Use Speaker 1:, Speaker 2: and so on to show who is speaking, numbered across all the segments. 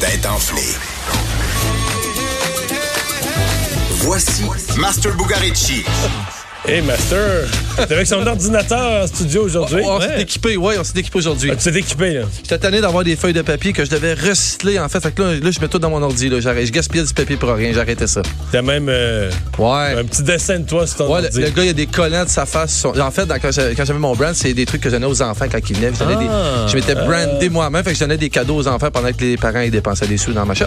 Speaker 1: tête enflée. Voici Master Bugarici.
Speaker 2: Hey Master, t'es avec son ordinateur en studio aujourd'hui.
Speaker 3: Oh, On s'est
Speaker 2: Ouais.
Speaker 3: équipé, ouais, on s'est équipé aujourd'hui.
Speaker 2: Ah, tu t'es équipé là.
Speaker 3: J'étais tanné d'avoir des feuilles de papier que je devais recycler, en fait. Fait que là, là, je mets tout dans mon ordi, là. J'arrête- je gaspillais du papier pour rien, j'arrêtais ça.
Speaker 2: T'as même euh,
Speaker 3: Ouais.
Speaker 2: un petit dessin de toi sur ton
Speaker 3: Ouais, le,
Speaker 2: ordi.
Speaker 3: le gars, il y a des collants de sa face. sur- En fait, dans- quand j'a- quand j'avais mon brand, c'est des trucs que je donnais aux enfants quand ils venaient. Je, donnais des-
Speaker 2: Ah.
Speaker 3: je m'étais brandé moi-même, fait que je donnais des cadeaux aux enfants pendant que les parents ils dépensaient des sous dans ma shop.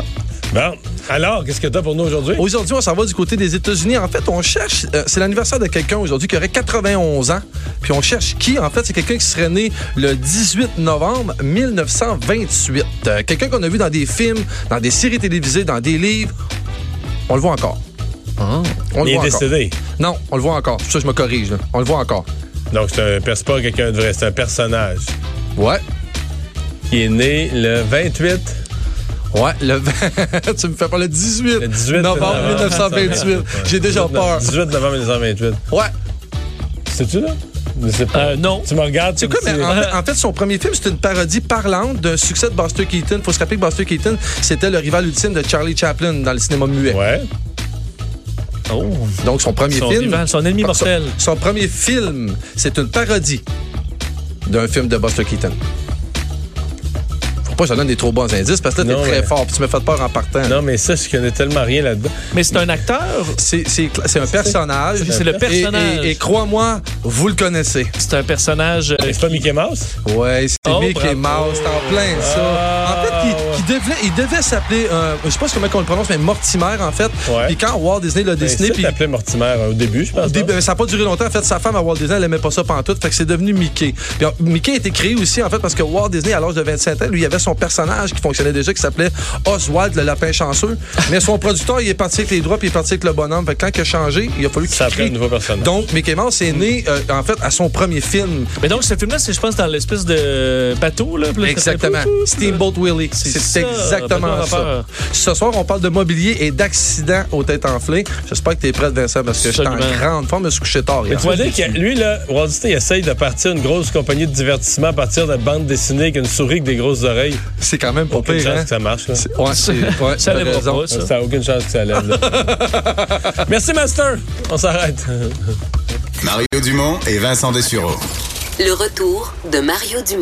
Speaker 2: Bon, alors, qu'est-ce que t'as pour nous aujourd'hui?
Speaker 3: Aujourd'hui, on s'en va du côté des États-Unis. En fait, on cherche. euh, c'est l'anniversaire de quelqu'un aujourd'hui qui aurait 91 ans. Puis on cherche qui En fait, c'est quelqu'un qui serait né le 18 novembre 1928. Euh, quelqu'un qu'on a vu dans des films, dans des séries télévisées, dans des livres. On le voit encore. On
Speaker 2: Ah.
Speaker 3: le
Speaker 2: Il est
Speaker 3: voit encore.
Speaker 2: décédé.
Speaker 3: Non, on le voit encore. C'est pour ça que je me corrige. là. On le voit encore.
Speaker 2: Donc, c'est un c'est pas quelqu'un de vrai, c'est un personnage.
Speaker 3: Ouais.
Speaker 2: Il est né le 28.
Speaker 3: Ouais, le 20 tu me fais pas le 18,
Speaker 2: Le euh, 18
Speaker 3: novembre 1928. J'ai déjà peur.
Speaker 2: 18 novembre 1928.
Speaker 3: Ouais.
Speaker 2: C'est-tu là? Je sais pas.
Speaker 4: Euh, non.
Speaker 2: Tu me regardes,
Speaker 3: C'est
Speaker 2: tu me
Speaker 3: quoi, mais
Speaker 2: dis-
Speaker 3: en, fait- en fait, son premier film, c'est une parodie parlante d'un succès de Buster Keaton. Faut se rappeler que Buster Keaton, c'était le rival ultime de Charlie Chaplin dans le cinéma muet.
Speaker 2: Ouais.
Speaker 4: Oh.
Speaker 3: Donc, son premier
Speaker 4: Son,
Speaker 3: film. Ah,
Speaker 4: rival, son ennemi
Speaker 3: son,
Speaker 4: mortel.
Speaker 3: son premier film, c'est une parodie d'un film de Buster Keaton. Faut pas que je te donne des trop bons indices parce que là, t'es
Speaker 2: Non, mais-
Speaker 3: très fort puis tu me fais peur en partant.
Speaker 2: Non, mais ça, je connais tellement rien là-dedans.
Speaker 3: Euh,
Speaker 4: Mais c'est un acteur.
Speaker 3: C'est c'est cla- c'est un personnage.
Speaker 4: c'est le
Speaker 3: Et- et-
Speaker 4: personnage.
Speaker 3: Et, crois-moi, vous le connaissez.
Speaker 4: C'est un personnage. euh,
Speaker 2: C'est pas Mickey Mouse?
Speaker 3: Ouais, c'est
Speaker 4: Oh,
Speaker 3: Mickey
Speaker 4: bravo.
Speaker 3: Mouse, c'est en plein ça.
Speaker 2: Ah,
Speaker 3: en fait,
Speaker 2: ouais.
Speaker 3: il, il devait, il devait s'appeler, euh, je sais pas comment on le prononce, mais Mortimer en fait.
Speaker 2: Ouais. Ben,
Speaker 3: Puis quand Walt Disney l'a dessiné,
Speaker 2: Il
Speaker 3: puis
Speaker 2: s'appelait Mortimer euh, au début, je pense.
Speaker 3: au
Speaker 2: non?
Speaker 3: début, ben, ça n'a pas duré longtemps. En fait, sa femme à Walt Disney, elle aimait pas ça pantoute. Fait que c'est devenu Mickey. Puis, euh, Mickey a été créé aussi, en fait, parce que Walt Disney, à l'âge de 25 ans, lui, il avait son personnage qui fonctionnait déjà, qui s'appelait Oswald, le lapin chanceux. Mais son producteur, il est parti avec les droits, puis il est parti avec le bonhomme. Fait que quand il a changé, il a fallu qu'il
Speaker 2: Ça s'appelait
Speaker 3: crée.
Speaker 2: un nouveau personnage.
Speaker 3: Donc, Mickey Mouse est né, euh, en fait, à son premier film.
Speaker 4: Mais donc, ce film-là, c'est, je pense, dans l'espèce de bateau. Là, puis là, ça fait
Speaker 3: Exactement.
Speaker 4: pouf, pouf,
Speaker 3: Steamboat Willie.
Speaker 4: C'est
Speaker 3: C'est
Speaker 4: ça. Ben,
Speaker 3: exactement
Speaker 4: on a
Speaker 3: ça.
Speaker 4: peur.
Speaker 3: Ce soir, on parle de mobilier et d'accidents aux têtes enflées. J'espère que tu es prêt, Vincent, parce que je suis en
Speaker 4: Absolument.
Speaker 3: grande forme. Je me suis couché tard
Speaker 2: Mais
Speaker 3: hier.
Speaker 2: tu vas dire que lui, là, Walt Disney, il essaye de partir une grosse compagnie de divertissement à partir de bandes dessinées avec une souris avec des grosses oreilles.
Speaker 3: C'est quand même pas
Speaker 2: Aucune
Speaker 3: pire.
Speaker 2: chance
Speaker 3: hein?
Speaker 2: que ça marche. Là.
Speaker 3: C'est- Ouais, c'est ouais,
Speaker 4: Ça
Speaker 3: t'as
Speaker 4: lèvera
Speaker 3: raison.
Speaker 4: pas, ça.
Speaker 2: Ça a aucune chance que ça lève. là. Merci, Master. On s'arrête.
Speaker 1: Mario Dumont et Vincent Dessureau.
Speaker 5: Le retour de Mario Dumont.